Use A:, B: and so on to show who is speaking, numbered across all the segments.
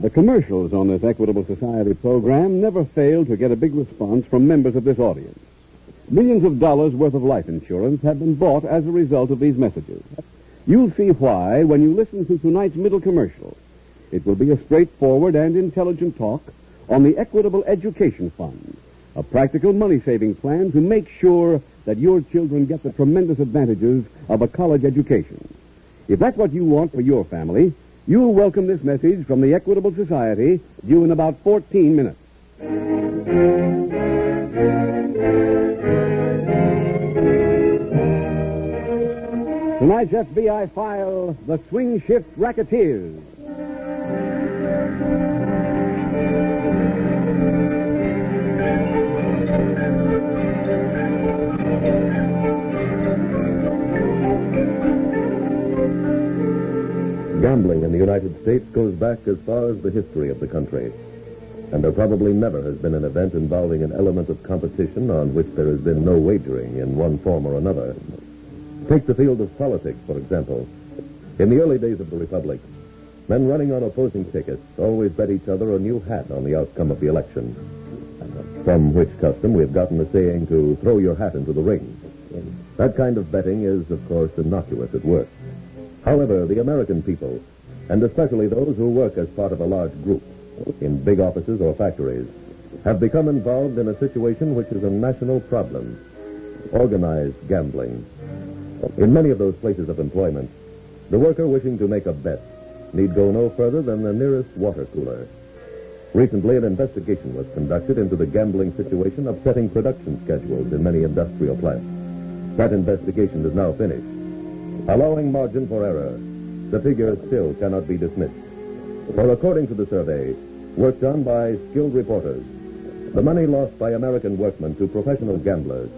A: The commercials on this Equitable Society program never fail to get a big response from members of this audience. Millions of dollars worth of life insurance have been bought as a result of these messages. You'll see why when you listen to tonight's middle commercial. It will be a straightforward and intelligent talk on the Equitable Education Fund, a practical money saving plan to make sure that your children get the tremendous advantages of a college education. If that's what you want for your family, you'll welcome this message from the Equitable Society due in about 14 minutes. Tonight's FBI file The Swing Shift Racketeers.
B: Gambling in the United States goes back as far as the history of the country. And there probably never has been an event involving an element of competition on which there has been no wagering in one form or another. Take the field of politics, for example. In the early days of the Republic, men running on opposing tickets always bet each other a new hat on the outcome of the election. From which custom we have gotten the saying to throw your hat into the ring. That kind of betting is, of course, innocuous at work. However, the American people, and especially those who work as part of a large group in big offices or factories, have become involved in a situation which is a national problem organized gambling. In many of those places of employment, the worker wishing to make a bet need go no further than the nearest water cooler. Recently, an investigation was conducted into the gambling situation upsetting production schedules in many industrial plants. That investigation is now finished. Allowing margin for error, the figure still cannot be dismissed. For according to the survey, work done by skilled reporters, the money lost by American workmen to professional gamblers,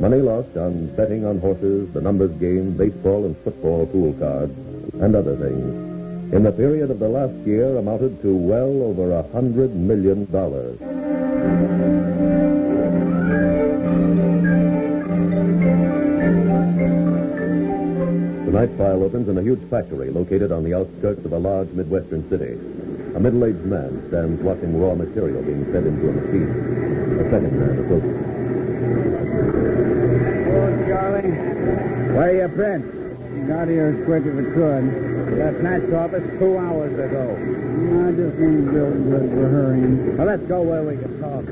B: money lost on betting on horses, the numbers game, baseball and football pool cards, and other things, in the period of the last year amounted to well over a hundred million dollars. Tonight's file opens in a huge factory located on the outskirts of a large Midwestern city. A middle aged man stands watching raw material being fed into a machine. A second man approaches.
C: Oh, Charlie. Where you been? Got here as quick as I could. Left Matt's office two hours ago. I just ain't real good for hurrying. Well, let's go where we can talk.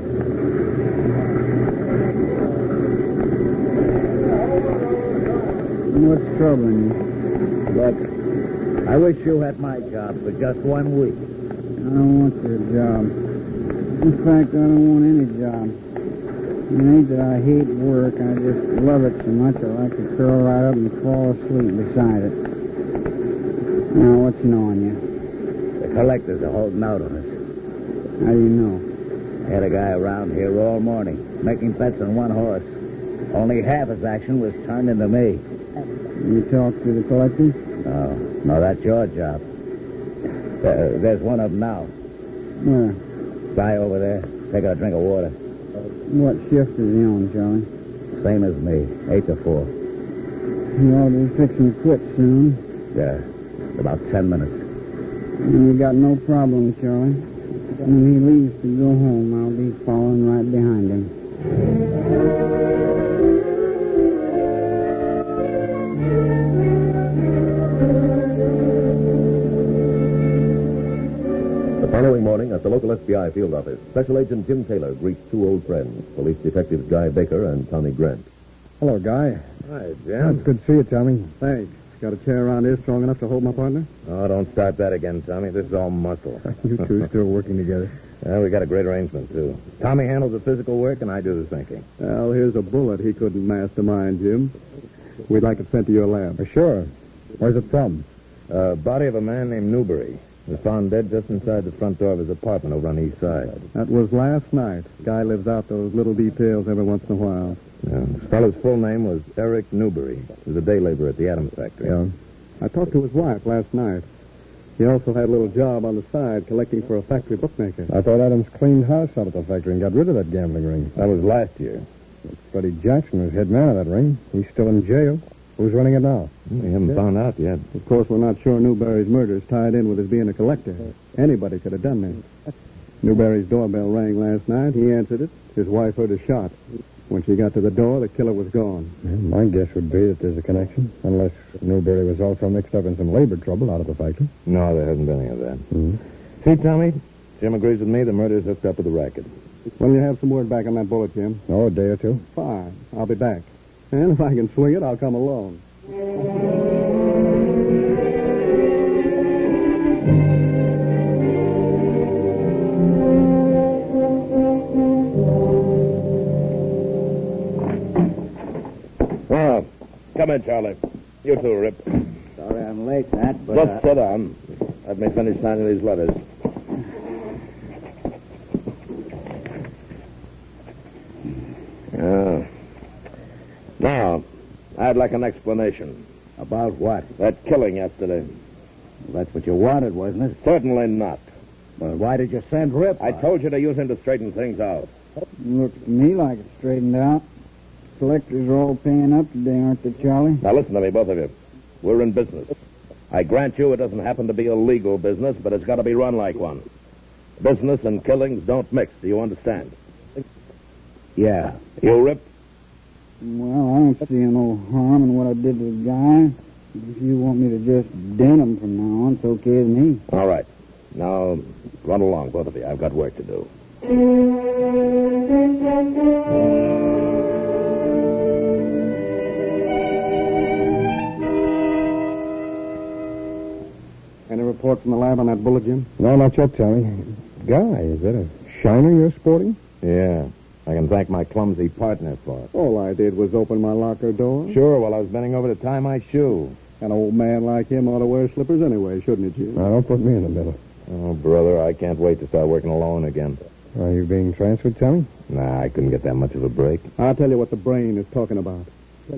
C: What's troubling you? Look, I wish you had my job for just one week. I don't want your job. In fact, I don't want any job. It ain't that I hate work. I just love it so much that I could curl right up and fall asleep beside it. Now, what's gnawing you?
D: The collectors are holding out on us.
C: How do you know?
D: They had a guy around here all morning making bets on one horse. Only half his action was turned into me.
C: You talk to the collector?
D: No, no, that's your job. Uh, there's one of them now.
C: Where?
D: Guy over there, take a drink of water.
C: What shift is he on, Charlie?
D: Same as me, eight to four.
C: He ought to be fixing to quit soon.
D: Yeah, about ten minutes.
C: And you got no problem, Charlie. When he leaves to go home, I'll be following right behind him.
B: The following morning, at the local FBI field office, Special Agent Jim Taylor greets two old friends, Police Detectives Guy Baker and Tommy Grant.
E: Hello, Guy.
A: Hi,
E: It's good to see you, Tommy.
A: Thanks. Got a chair around here strong enough to hold my partner?
D: Oh, don't start that again, Tommy. This is all muscle.
E: You two still working together.
D: we got a great arrangement, too. Tommy handles the physical work, and I do the thinking.
A: Well, here's a bullet he couldn't mastermind, Jim. We'd like it sent to your lab.
B: Sure. Where's it from? Uh, body of a man named Newberry. Was found dead just inside the front door of his apartment over on the east side.
A: That was last night. Guy lives out those little details every once in a while.
B: Yeah. This fellow's full name was Eric Newberry. He was a day laborer at the Adams factory.
A: Yeah. I talked to his wife last night. He also had a little job on the side collecting for a factory bookmaker.
B: I thought Adams cleaned house out at the factory and got rid of that gambling ring. That was last year.
A: Freddie Jackson was head man of that ring. He's still in jail. Who's running it now?
B: We haven't found out yet.
A: Of course, we're not sure Newberry's murder is tied in with his being a collector. Anybody could have done that. Newberry's doorbell rang last night. He answered it. His wife heard a shot. When she got to the door, the killer was gone.
B: my guess would be that there's a connection, unless Newberry was also mixed up in some labor trouble out of the factory. No, there hasn't been any of that. See, Tommy, Jim agrees with me. The murder's hooked up with the racket.
A: When you have some word back on that bullet, Jim?
B: Oh, a day or two.
A: Fine. I'll be back. And if I can swing it, I'll come along.
B: Well, come in, Charlie. You too, Rip.
F: Sorry I'm late, Nat, but. uh,
B: Just sit down. Let me finish signing these letters. Yeah. Now, I'd like an explanation.
F: About what?
B: That killing yesterday.
F: That's what you wanted, wasn't it?
B: Certainly not.
F: Well, why did you send Rip?
B: I told you to use him to straighten things out.
C: Looks to me like it's straightened out. Collectors are all paying up today, aren't they, Charlie?
B: Now, listen to me, both of you. We're in business. I grant you it doesn't happen to be a legal business, but it's got to be run like one. Business and killings don't mix. Do you understand?
F: Yeah.
B: You, Rip?
C: Well, I don't see no harm in what I did to the guy. If you want me to just den him from now on, it's okay with me.
B: All right. Now, run along, both of you. I've got work to do.
A: Any report from the lab on that bullet, Jim?
B: No, not yet, Tommy. Guy, is that a shiner you're sporting? Yeah. I can thank my clumsy partner for it.
A: All I did was open my locker door.
B: Sure, while I was bending over to tie my shoe.
A: An old man like him ought to wear slippers anyway, shouldn't he, Jim?
B: Now, don't put me in the middle. Oh, brother, I can't wait to start working alone again. Are you being transferred, Tommy? Nah, I couldn't get that much of a break.
A: I'll tell you what the brain is talking about.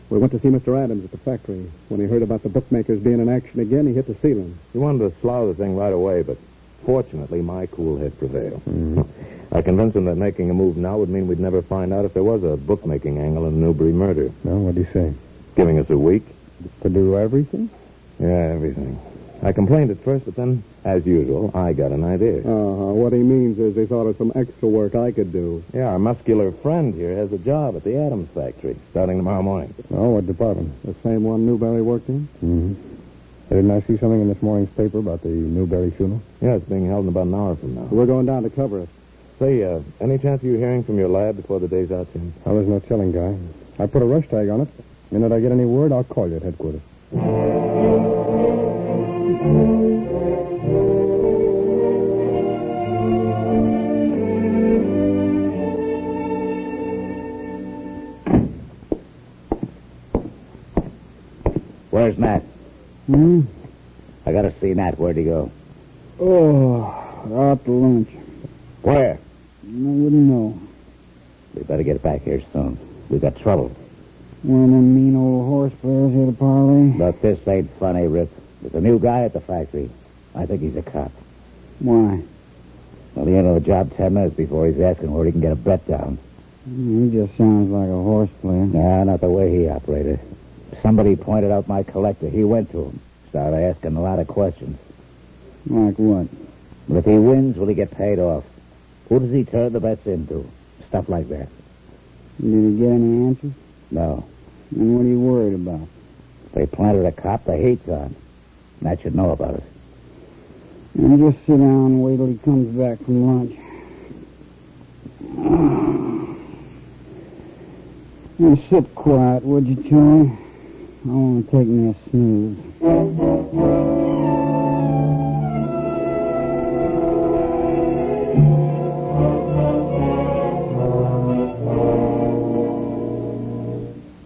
A: We went to see Mr. Adams at the factory. When he heard about the bookmakers being in action again, he hit the ceiling.
B: He wanted to slough the thing right away, but fortunately, my cool head prevailed. I convinced him that making a move now would mean we'd never find out if there was a bookmaking angle in the Newbury murder.
A: Well, what'd he say?
B: Giving us a week?
A: To do everything?
B: Yeah, everything. I complained at first, but then, as usual, I got an idea.
A: Uh-huh. What he means is he thought of some extra work I could do.
B: Yeah, our muscular friend here has a job at the Adams factory starting tomorrow morning.
A: Oh, what department? The same one Newberry worked in?
B: Mm-hmm.
A: Didn't I see something in this morning's paper about the Newberry funeral?
B: Yeah, it's being held in about an hour from now.
A: We're going down to cover it.
B: Say, uh, any chance of you hearing from your lab before the day's out, Jim?
A: Well, there's no telling, Guy. I put a rush tag on it. The minute I get any word, I'll call you at headquarters.
F: Where's Nat?
C: Hmm?
F: I gotta see Nat. Where'd he go?
C: Oh, out to lunch.
F: Where?
C: I wouldn't know.
F: We better get back here soon. We got trouble.
C: One of them mean old horse players here to parley.
F: Look, this ain't funny, Rip. There's a new guy at the factory. I think he's a cop.
C: Why?
F: Well, he ain't on the job ten minutes before he's asking where he can get a bet down.
C: He just sounds like a horse player.
F: No, not the way he operated. Somebody pointed out my collector. He went to him. Started asking a lot of questions.
C: Like what?
F: But if he wins, will he get paid off? Who does he turn the bets into? Stuff like that.
C: Did he get any answers?
F: No.
C: And what are you worried about?
F: They planted a cop the hate's on. Nat should know about it.
C: Now just sit down and wait till he comes back from lunch. Now sit quiet, would you, Charlie? I want to take me a snooze.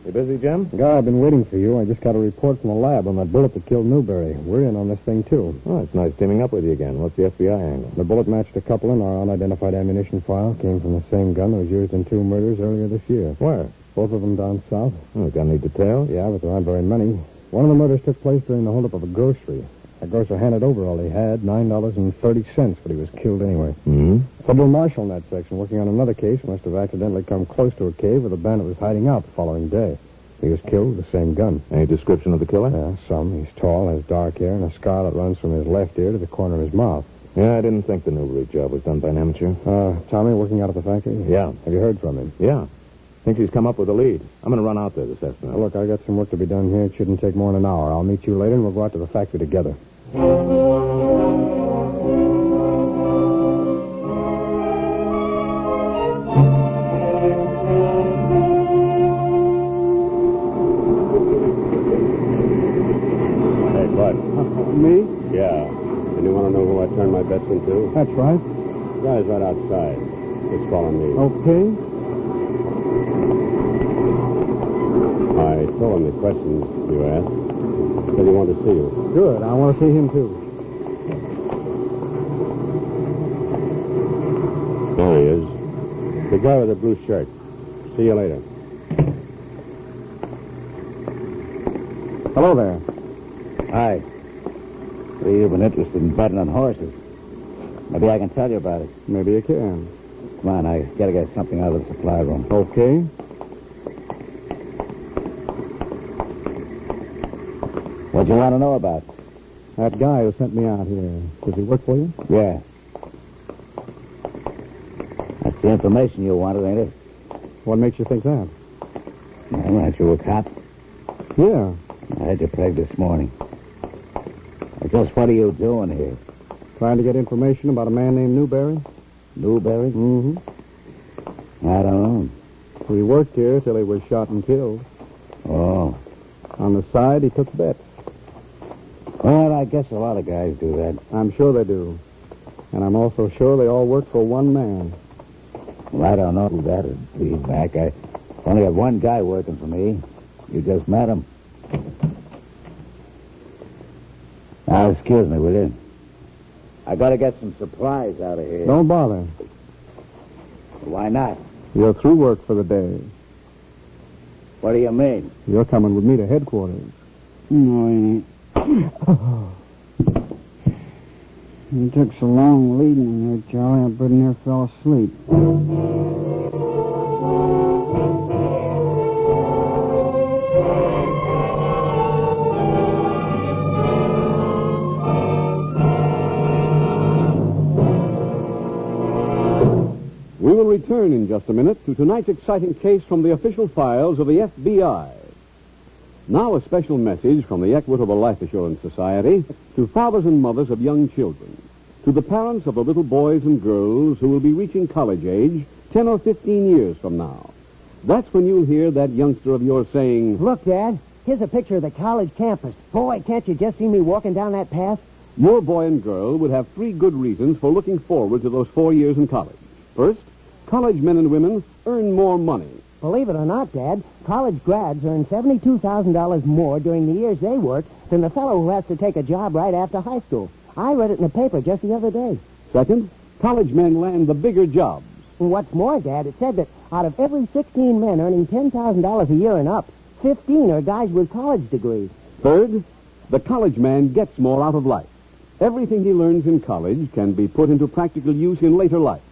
B: You busy, Jim?
E: Guy, oh, I've been waiting for you. I just got a report from the lab on that bullet that killed Newberry. We're in on this thing, too.
B: Oh, it's nice teaming up with you again. What's the FBI angle?
E: The bullet matched a couple in our unidentified ammunition file. Came from the same gun that was used in two murders earlier this year.
B: Where?
E: Both of them down south.
B: Oh, gun need detail?
E: Yeah, but there aren't very many. One of the murders took place during the holdup of a grocery. The grocer handed over all he had, $9.30, but he was killed anyway.
B: Hmm?
E: Federal marshal in that section, working on another case, must have accidentally come close to a cave where the bandit was hiding out the following day. He was killed with the same gun.
B: Any description of the killer?
E: Yeah, some. He's tall, has dark hair, and a scar that runs from his left ear to the corner of his mouth.
B: Yeah, I didn't think the Newbury job was done by an amateur.
E: Uh, Tommy, working out at the factory?
B: Yeah.
E: Have you heard from him?
B: Yeah. Think she's come up with a lead. I'm going to run out there this
E: Now,
B: afternoon.
E: look, I got some work to be done here. It shouldn't take more than an hour. I'll meet you later, and we'll go out to the factory together.
B: Hey, bud.
E: me?
B: Yeah. And you want to know who I turned my bets into?
E: That's right.
B: Guy's right outside. He's calling me.
E: Okay.
B: I told him the questions you asked. Said he wanted to see you.
E: Good. I want to see him, too.
B: There he is. The guy with the blue shirt. See you later.
E: Hello there.
D: Hi. So you've been interested in betting on horses. Maybe I can tell you about it.
E: Maybe you can.
D: Come on, I gotta get something out of the supply room.
E: Okay.
D: What'd you want to know about?
E: That guy who sent me out here, does he work for you?
D: Yeah. That's the information you wanted, ain't it?
E: What makes you think that?
D: Well, aren't you a cop?
E: Yeah.
D: I had you pegged this morning. Just what are you doing here?
E: Trying to get information about a man named Newberry?
D: Newberry?
E: Mm-hmm.
D: I don't
E: He worked here till he was shot and killed.
D: know. Oh.
E: On the side, he took bets.
D: Well, I guess a lot of guys do that.
E: I'm sure they do. And I'm also sure they all work for one man.
D: Well, I don't know who that'd be, Mac. I only have one guy working for me. You just met him. Now, Ah, excuse me, will you? I gotta get some supplies out of here.
E: Don't bother.
D: Why not?
E: You're through work for the day.
D: What do you mean?
E: You're coming with me to headquarters.
C: No, he ain't. He took so long leading in here, Charlie, I pretty near fell asleep.
A: We will return in just a minute to tonight's exciting case from the official files of the FBI. Now, a special message from the Equitable Life Assurance Society to fathers and mothers of young children, to the parents of the little boys and girls who will be reaching college age 10 or 15 years from now. That's when you'll hear that youngster of yours saying,
G: Look, Dad, here's a picture of the college campus. Boy, can't you just see me walking down that path?
A: Your boy and girl would have three good reasons for looking forward to those four years in college. First, college men and women earn more money.
G: Believe it or not, Dad, college grads earn $72,000 more during the years they work than the fellow who has to take a job right after high school. I read it in the paper just the other day.
A: Second, college men land the bigger jobs.
G: And what's more, Dad, it said that out of every 16 men earning $10,000 a year and up, 15 are guys with college degrees.
A: Third, the college man gets more out of life. Everything he learns in college can be put into practical use in later life.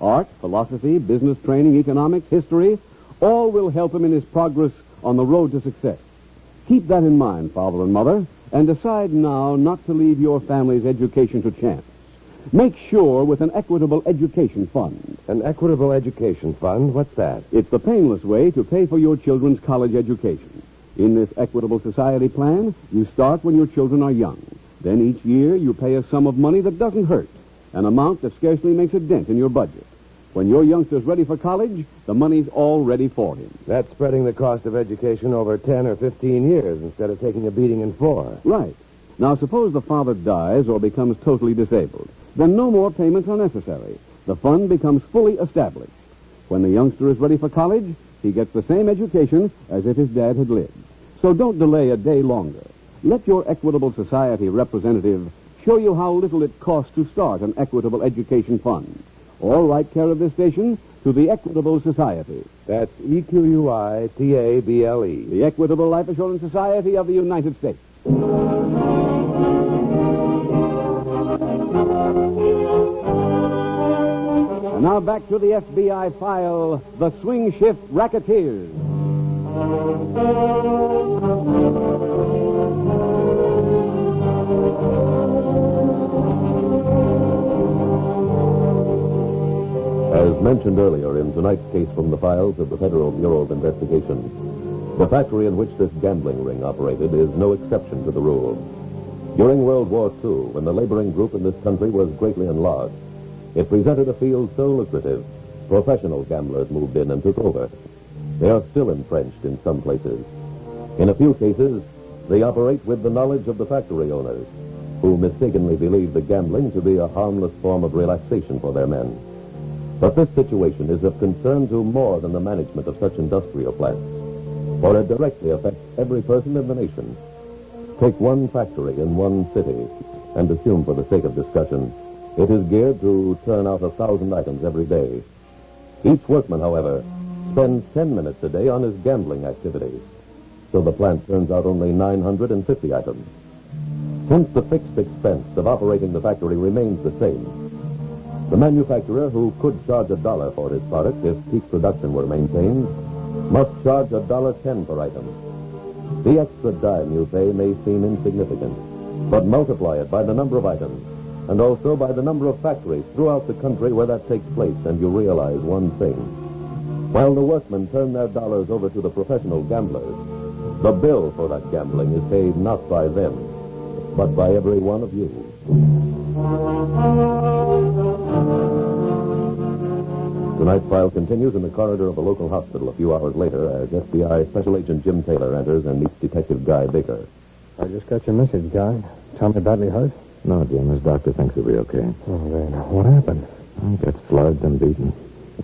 A: Art, philosophy, business training, economics, history, all will help him in his progress on the road to success. Keep that in mind, father and mother, and decide now not to leave your family's education to chance. Make sure with an equitable education fund.
B: An equitable education fund? What's that?
A: It's the painless way to pay for your children's college education. In this Equitable Society plan, you start when your children are young. Then each year you pay a sum of money that doesn't hurt, an amount that scarcely makes a dent in your budget. When your youngster's ready for college, the money's all ready for him.
B: That's spreading the cost of education over 10 or 15 years instead of taking a beating in four.
A: Right. Now, suppose the father dies or becomes totally disabled. Then no more payments are necessary. The fund becomes fully established. When the youngster is ready for college, He gets the same education as if his dad had lived. So don't delay a day longer. Let your Equitable Society representative show you how little it costs to start an Equitable Education Fund. All right, care of this station to the Equitable Society.
H: That's E Q U I T A B L E.
A: The Equitable Life Assurance Society of the United States. And now back to the FBI file The Swing Shift Racketeers.
B: As mentioned earlier in tonight's case from the files of the Federal Bureau of Investigation, the factory in which this gambling ring operated is no exception to the rule. During World War II, when the laboring group in this country was greatly enlarged, it presented a field so lucrative, professional gamblers moved in and took over. They are still entrenched in some places. In a few cases, they operate with the knowledge of the factory owners, who mistakenly believe the gambling to be a harmless form of relaxation for their men. But this situation is of concern to more than the management of such industrial plants, for it directly affects every person in the nation. Take one factory in one city, and assume for the sake of discussion, it is geared to turn out a thousand items every day. Each workman, however, spends ten minutes a day on his gambling activities, so the plant turns out only 950 items. Since the fixed expense of operating the factory remains the same, the manufacturer who could charge a dollar for his product if peak production were maintained must charge a dollar ten per item. The extra dime you pay may seem insignificant, but multiply it by the number of items and also by the number of factories throughout the country where that takes place, and you realize one thing. While the workmen turn their dollars over to the professional gamblers, the bill for that gambling is paid not by them, but by every one of you. Tonight's file continues in the corridor of a local hospital a few hours later as FBI Special Agent Jim Taylor enters and meets Detective Guy Baker.
H: I just got your message, Guy. Tommy badly hurt?
I: No, Jim, his doctor thinks he'll be okay.
H: Oh, then. What happened?
I: He got slugged and beaten.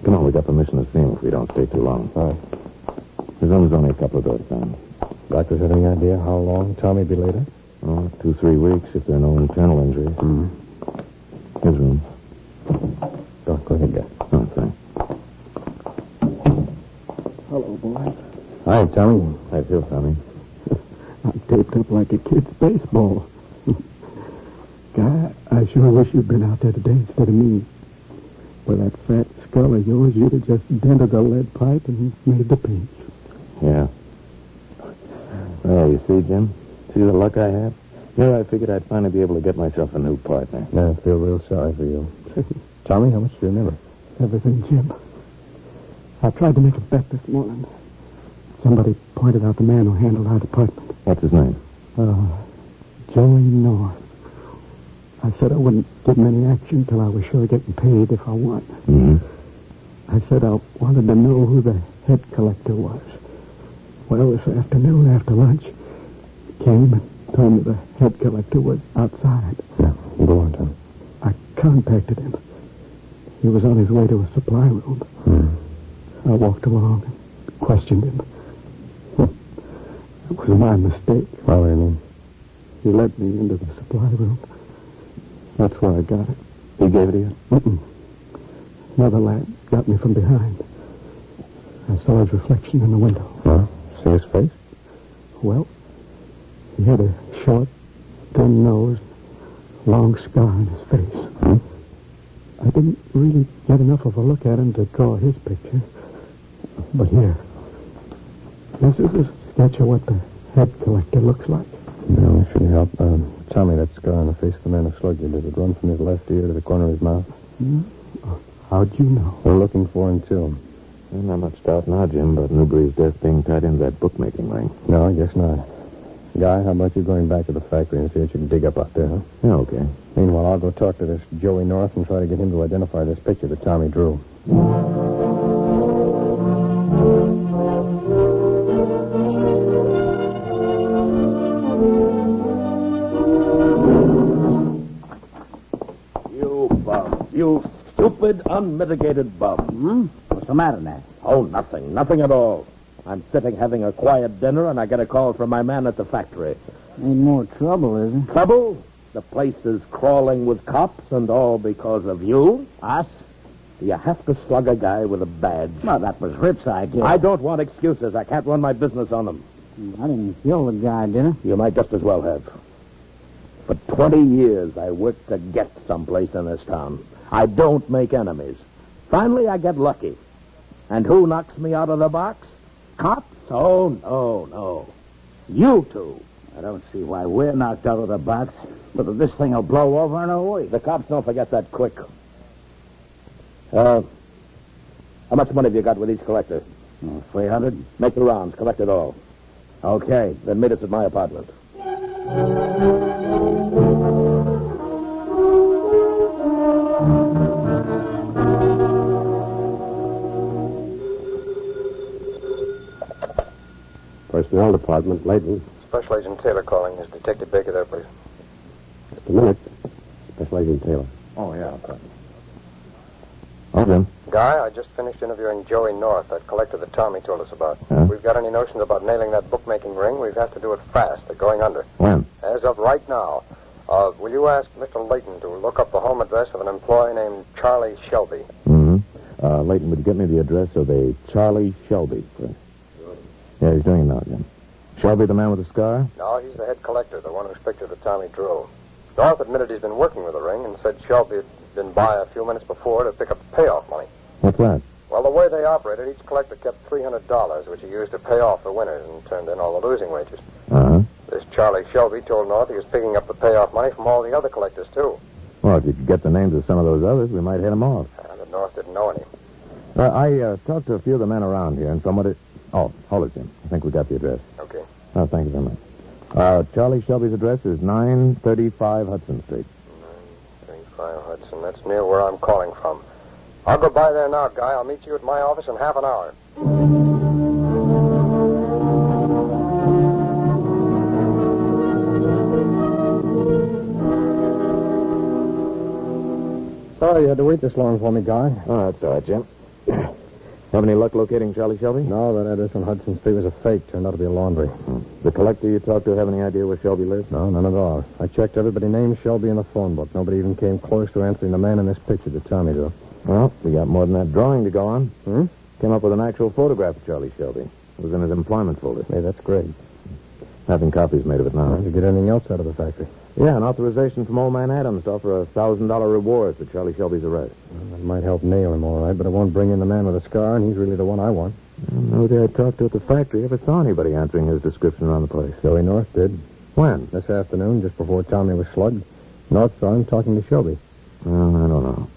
I: Come on, we got permission to see him if we don't stay too long.
H: All right.
I: His room's only a couple of doors down.
H: Doctors have any idea how long Tommy be later?
I: Oh, two, three weeks if there are no internal injuries. Mm-hmm. His room.
H: Doc, go ahead, Guy.
I: Oh, thanks.
C: Hello, boy.
I: Hi, Tommy. I feel, Tommy.
C: I'm taped up like a kid's baseball. Guy, I sure wish you'd been out there today instead of me. With that fat skull of yours, you'd have just dented the lead pipe and made the pinch.
I: Yeah. Well, you see, Jim? See the luck I have? Here I figured I'd finally be able to get myself a new partner.
H: Yeah, I feel real sorry for you. Tommy, how much do you remember?
C: Everything, Jim. I tried to make a bet this morning. Somebody pointed out the man who handled our department.
I: What's his name?
C: Uh, Joey North. I said I wouldn't give him any action till I was sure of getting paid if I won.
I: Mm-hmm.
C: I said I wanted to know who the head collector was. Well, this afternoon after lunch, he came and told me the head collector was outside.
H: Yeah. Go on, Tommy.
C: I contacted him. He was on his way to a supply room. I walked along and questioned him. It was my mistake.
H: How do you mean?
C: He led me into the supply room. That's where I got it.
H: He gave it to you?
C: Mm-mm. Another lad got me from behind. I saw his reflection in the window.
H: Huh? See his face?
C: Well, he had a short, thin nose, long scar on his face.
H: Hmm?
C: I didn't really get enough of a look at him to draw his picture. But here, this is a sketch of what the head collector looks like.
H: No, it shouldn't help. Um, Tommy, that scar on the face of the man who slugged you, does it run from his left ear to the corner of his mouth?
C: How'd you know?
H: We're looking for him, too.
I: Well, not much doubt now, Jim, but Newbury's death being tied into that bookmaking ring.
H: No, I guess not. Guy, how about you going back to the factory and see what you can dig up out there, huh?
I: Yeah, okay.
H: Meanwhile, I'll go talk to this Joey North and try to get him to identify this picture that Tommy drew.
B: You bum. You stupid, unmitigated bum.
J: What's the matter, Nat?
A: Oh, nothing. Nothing at all. I'm sitting having a quiet dinner, and I get a call from my man at the factory.
C: Ain't more trouble, is it?
A: Trouble? The place is crawling with cops, and all because of you?
K: Us?
A: Do you have to slug a guy with a badge?
K: Well, that was Rip's idea.
A: I don't want excuses. I can't run my business on them.
C: I didn't kill the guy, did I?
A: You might just as well have. For 20 years, I worked to get someplace in this town. I don't make enemies. Finally, I get lucky. And who knocks me out of the box? Cops? Oh, no, no. You two.
K: I don't see why we're knocked out of the box. But this thing will blow over in a week.
A: The cops don't forget that quick. Uh, how much money have you got with each collector?
E: Hmm,
K: Three hundred?
A: Make the rounds. Collect it all.
K: Okay.
A: Then meet us at my apartment.
L: Personnel Department, Layton.
M: Special Agent Taylor calling. Is Detective Baker there, please?
L: Just a minute. Special Agent Taylor.
M: Oh, yeah.
B: Okay.
M: Guy, I just finished interviewing Joey North, that collector that Tommy told us about.
B: Huh?
M: We've got any notions about nailing that bookmaking ring, we've got to do it fast. They're going under.
B: When?
M: As of right now, uh, will you ask Mr. Layton to look up the home address of an employee named Charlie Shelby?
B: Mm-hmm. Uh, Leighton, would you get me the address of a Charlie Shelby, please? Yeah, he's doing it now again. Shelby, the man with the scar?
M: No, he's the head collector, the one whose picture that Tommy drew. North admitted he's been working with the ring and said Shelby had been by a few minutes before to pick up the payoff money.
B: What's that?
M: Well, the way they operated, each collector kept $300, which he used to pay off the winners and turned in all the losing wages.
B: Uh-huh.
M: This Charlie Shelby told North he was picking up the payoff money from all the other collectors, too.
B: Well, if you could get the names of some of those others, we might hit them off.
M: And that North didn't know any.
B: Uh, I uh, talked to a few of the men around here, and somebody... Oh, hold it, Jim. I think we got the address.
M: Okay.
B: Oh, thank you very much. Uh, Charlie Shelby's address is 935 Hudson Street.
M: 35 Hudson, that's near where I'm calling from. I'll go by there now, Guy. I'll meet you at my office in half an hour.
H: Sorry you had to wait this long for me, Guy.
B: Oh, that's all right, Jim. Have any luck locating Charlie Shelby? Hmm.
H: No, that address on Hudson Street was a fake. Turned out to be a laundry.
B: The collector you talked to have any idea where Shelby lives?
H: No, none at all. I checked everybody named Shelby in the phone book. Nobody even came close to answering the man in this picture that Tommy drew.
B: Well, we got more than that drawing to go on.
H: Hmm?
B: Came up with an actual photograph of Charlie Shelby. It was in his employment folder.
H: Hey, that's great.
B: Having copies made of it now.
H: Did you get anything else out of the factory?
B: Yeah, an authorization from old man Adams to offer a thousand dollar reward for Charlie Shelby's arrest.
H: Well, it might help nail him, all right, but it won't bring in the man with the scar, and he's really the one I want.
B: Nobody I talked to at the factory ever saw anybody answering his description around the place.
H: Joey North did.
B: When?
H: This afternoon, just before Tommy was slugged, North saw him talking to Shelby.
B: Well, I don't know.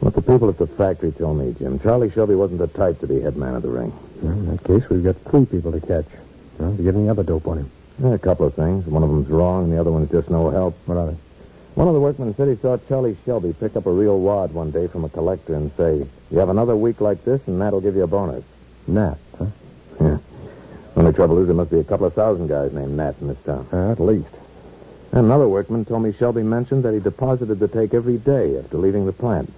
B: What the people at the factory told me, Jim, Charlie Shelby wasn't the type to be head man of the ring.
H: Well, in that case, we've got three people to catch. Well, do you get any other dope on him?
B: Yeah, a couple of things. One of them's wrong, and the other one's just no help.
H: What are they?
B: One of the workmen said he saw Charlie Shelby pick up a real wad one day from a collector and say, You have another week like this, and that'll give you a bonus.
H: Nat, huh?
B: Yeah. Only trouble is, there must be a couple of thousand guys named Nat in this town.
H: Uh, at least.
B: And another workman told me Shelby mentioned that he deposited the take every day after leaving the plant.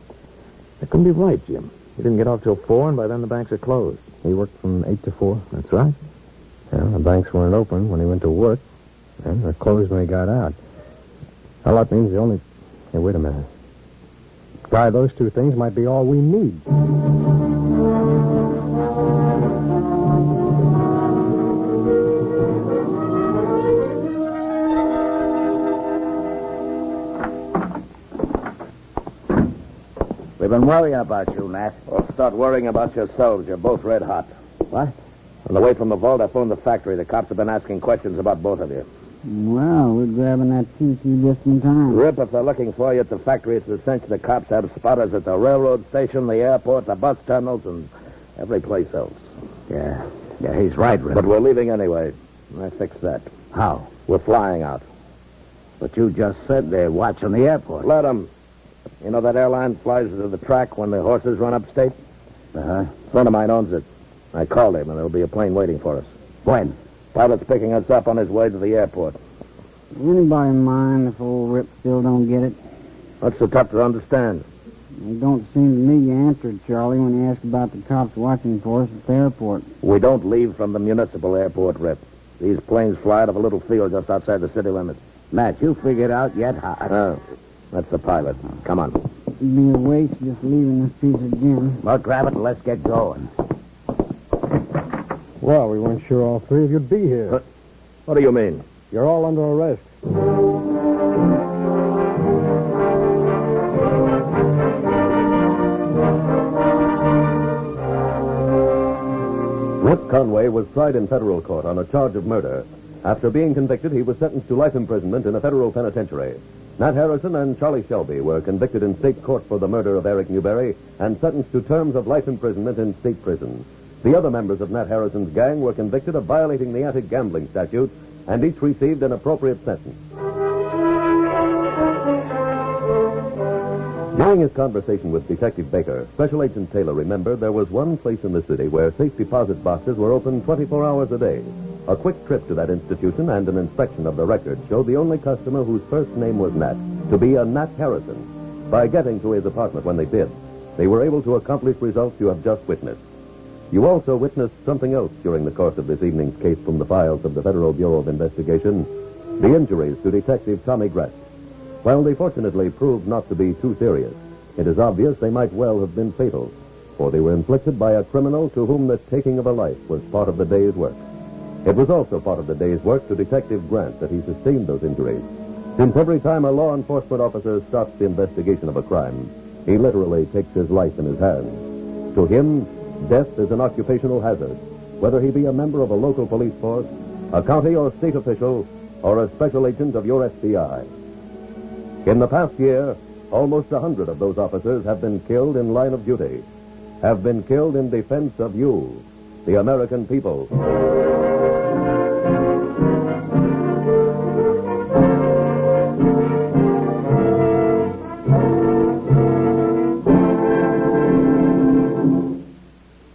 B: That couldn't be right, Jim. He didn't get off till four, and by then the banks are closed.
H: He worked from 8 to 4.
B: That's right.
H: Well, the banks weren't open when he went to work. And they closed when he got out. Well, that means the only... Hey, wait a minute. Why, those two things might be all we need.
K: We've been worrying about you, Nat.
A: Well, start worrying about yourselves. You're both red hot.
K: What?
A: On the way from the vault, I phoned the factory. The cops have been asking questions about both of you.
C: Well, we're grabbing that pinky just in time.
A: Rip, if they're looking for you at the factory, it's a cinch the cops have spotters at the railroad station, the airport, the bus tunnels, and every place else.
K: Yeah. Yeah, he's right, Rip.
A: But we're leaving anyway. And I fixed that.
K: How?
A: We're flying out.
K: But you just said they're watching the airport.
A: Let 'em. You know that airline flies to the track when the horses run upstate?
K: Uh-huh.
A: A friend of mine owns it. I called him, and there'll be a plane waiting for us.
K: When?
A: Pilot's picking us up on his way to the airport.
C: Anybody mind if old Rip still don't get it?
A: That's so tough to understand.
C: It don't seem to me you answered Charlie when he asked about the cops watching for us at the airport.
N: We don't leave from the municipal airport, Rip. These planes fly out of a little field just outside the city limits.
D: Matt, you figured out yet how.
N: Oh, that's the pilot. Come on.
C: It'd be a waste just leaving this piece of gin.
D: Well, grab it and let's get going.
E: Well, we weren't sure all three of you'd be here.
N: What do you mean?
E: You're all under arrest.
H: Rip Conway was tried in federal court on a charge of murder. After being convicted, he was sentenced to life imprisonment in a federal penitentiary. Nat Harrison and Charlie Shelby were convicted in state court for the murder of Eric Newberry and sentenced to terms of life imprisonment in state prison. The other members of Nat Harrison's gang were convicted of violating the anti-gambling statute and each received an appropriate sentence. During his conversation with Detective Baker, Special Agent Taylor remembered there was one place in the city where safe deposit boxes were open 24 hours a day. A quick trip to that institution and an inspection of the record showed the only customer whose first name was Nat to be a Nat Harrison. By getting to his apartment when they did, they were able to accomplish results you have just witnessed. You also witnessed something else during the course of this evening's case from the files of the Federal Bureau of Investigation the injuries to Detective Tommy Gretsch. While they fortunately proved not to be too serious, it is obvious they might well have been fatal, for they were inflicted by a criminal to whom the taking of a life was part of the day's work. It was also part of the day's work to Detective Grant that he sustained those injuries, since every time a law enforcement officer stops the investigation of a crime, he literally takes his life in his hands. To him, death is an occupational hazard, whether he be a member of a local police force, a county or state official, or a special agent of your FBI. In the past year, almost a hundred of those officers have been killed in line of duty, have been killed in defense of you, the American people.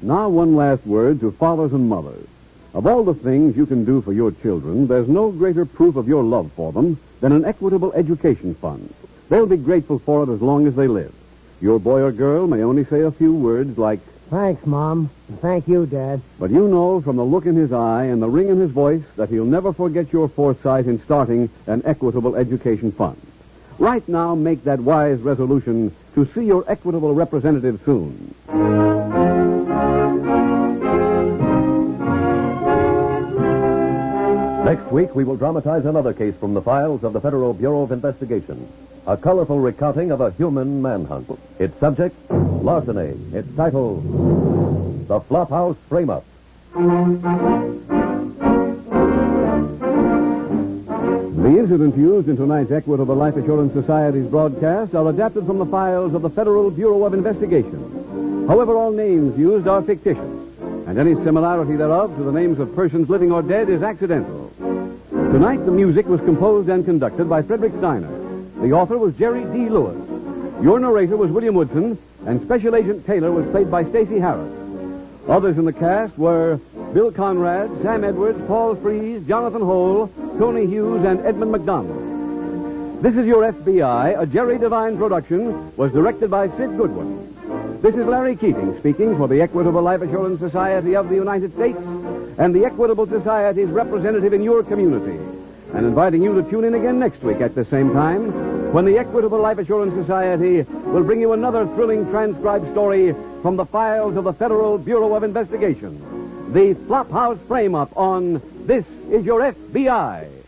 A: Now, one last word to fathers and mothers. Of all the things you can do for your children, there's no greater proof of your love for them than an equitable education fund. They'll be grateful for it as long as they live. Your boy or girl may only say a few words like,
G: Thanks, Mom. Thank you, Dad.
A: but you know from the look in his eye and the ring in his voice that he'll never forget your foresight in starting an equitable education fund. Right now, make that wise resolution to see your equitable representative soon.
H: Next week, we will dramatize another case from the files of the Federal Bureau of Investigation. A colorful recounting of a human manhunt. Its subject, larceny. Its title, The Flophouse Frame Up.
A: The incidents used in tonight's Equitable Life Assurance Society's broadcast are adapted from the files of the Federal Bureau of Investigation. However, all names used are fictitious, and any similarity thereof to the names of persons living or dead is accidental. Tonight, the music was composed and conducted by Frederick Steiner. The author was Jerry D. Lewis. Your narrator was William Woodson, and Special Agent Taylor was played by Stacey Harris. Others in the cast were Bill Conrad, Sam Edwards, Paul Fries, Jonathan Hole, Tony Hughes, and Edmund McDonald. This is Your FBI, a Jerry Devine production, was directed by Sid Goodwin. This is Larry Keating speaking for the Equitable Life Assurance Society of the United States and the Equitable Society's representative in your community, and inviting you to tune in again next week at the same time when the Equitable Life Assurance Society will bring you another thrilling transcribed story from the files of the Federal Bureau of Investigation. The Flophouse Frame Up on This Is Your FBI.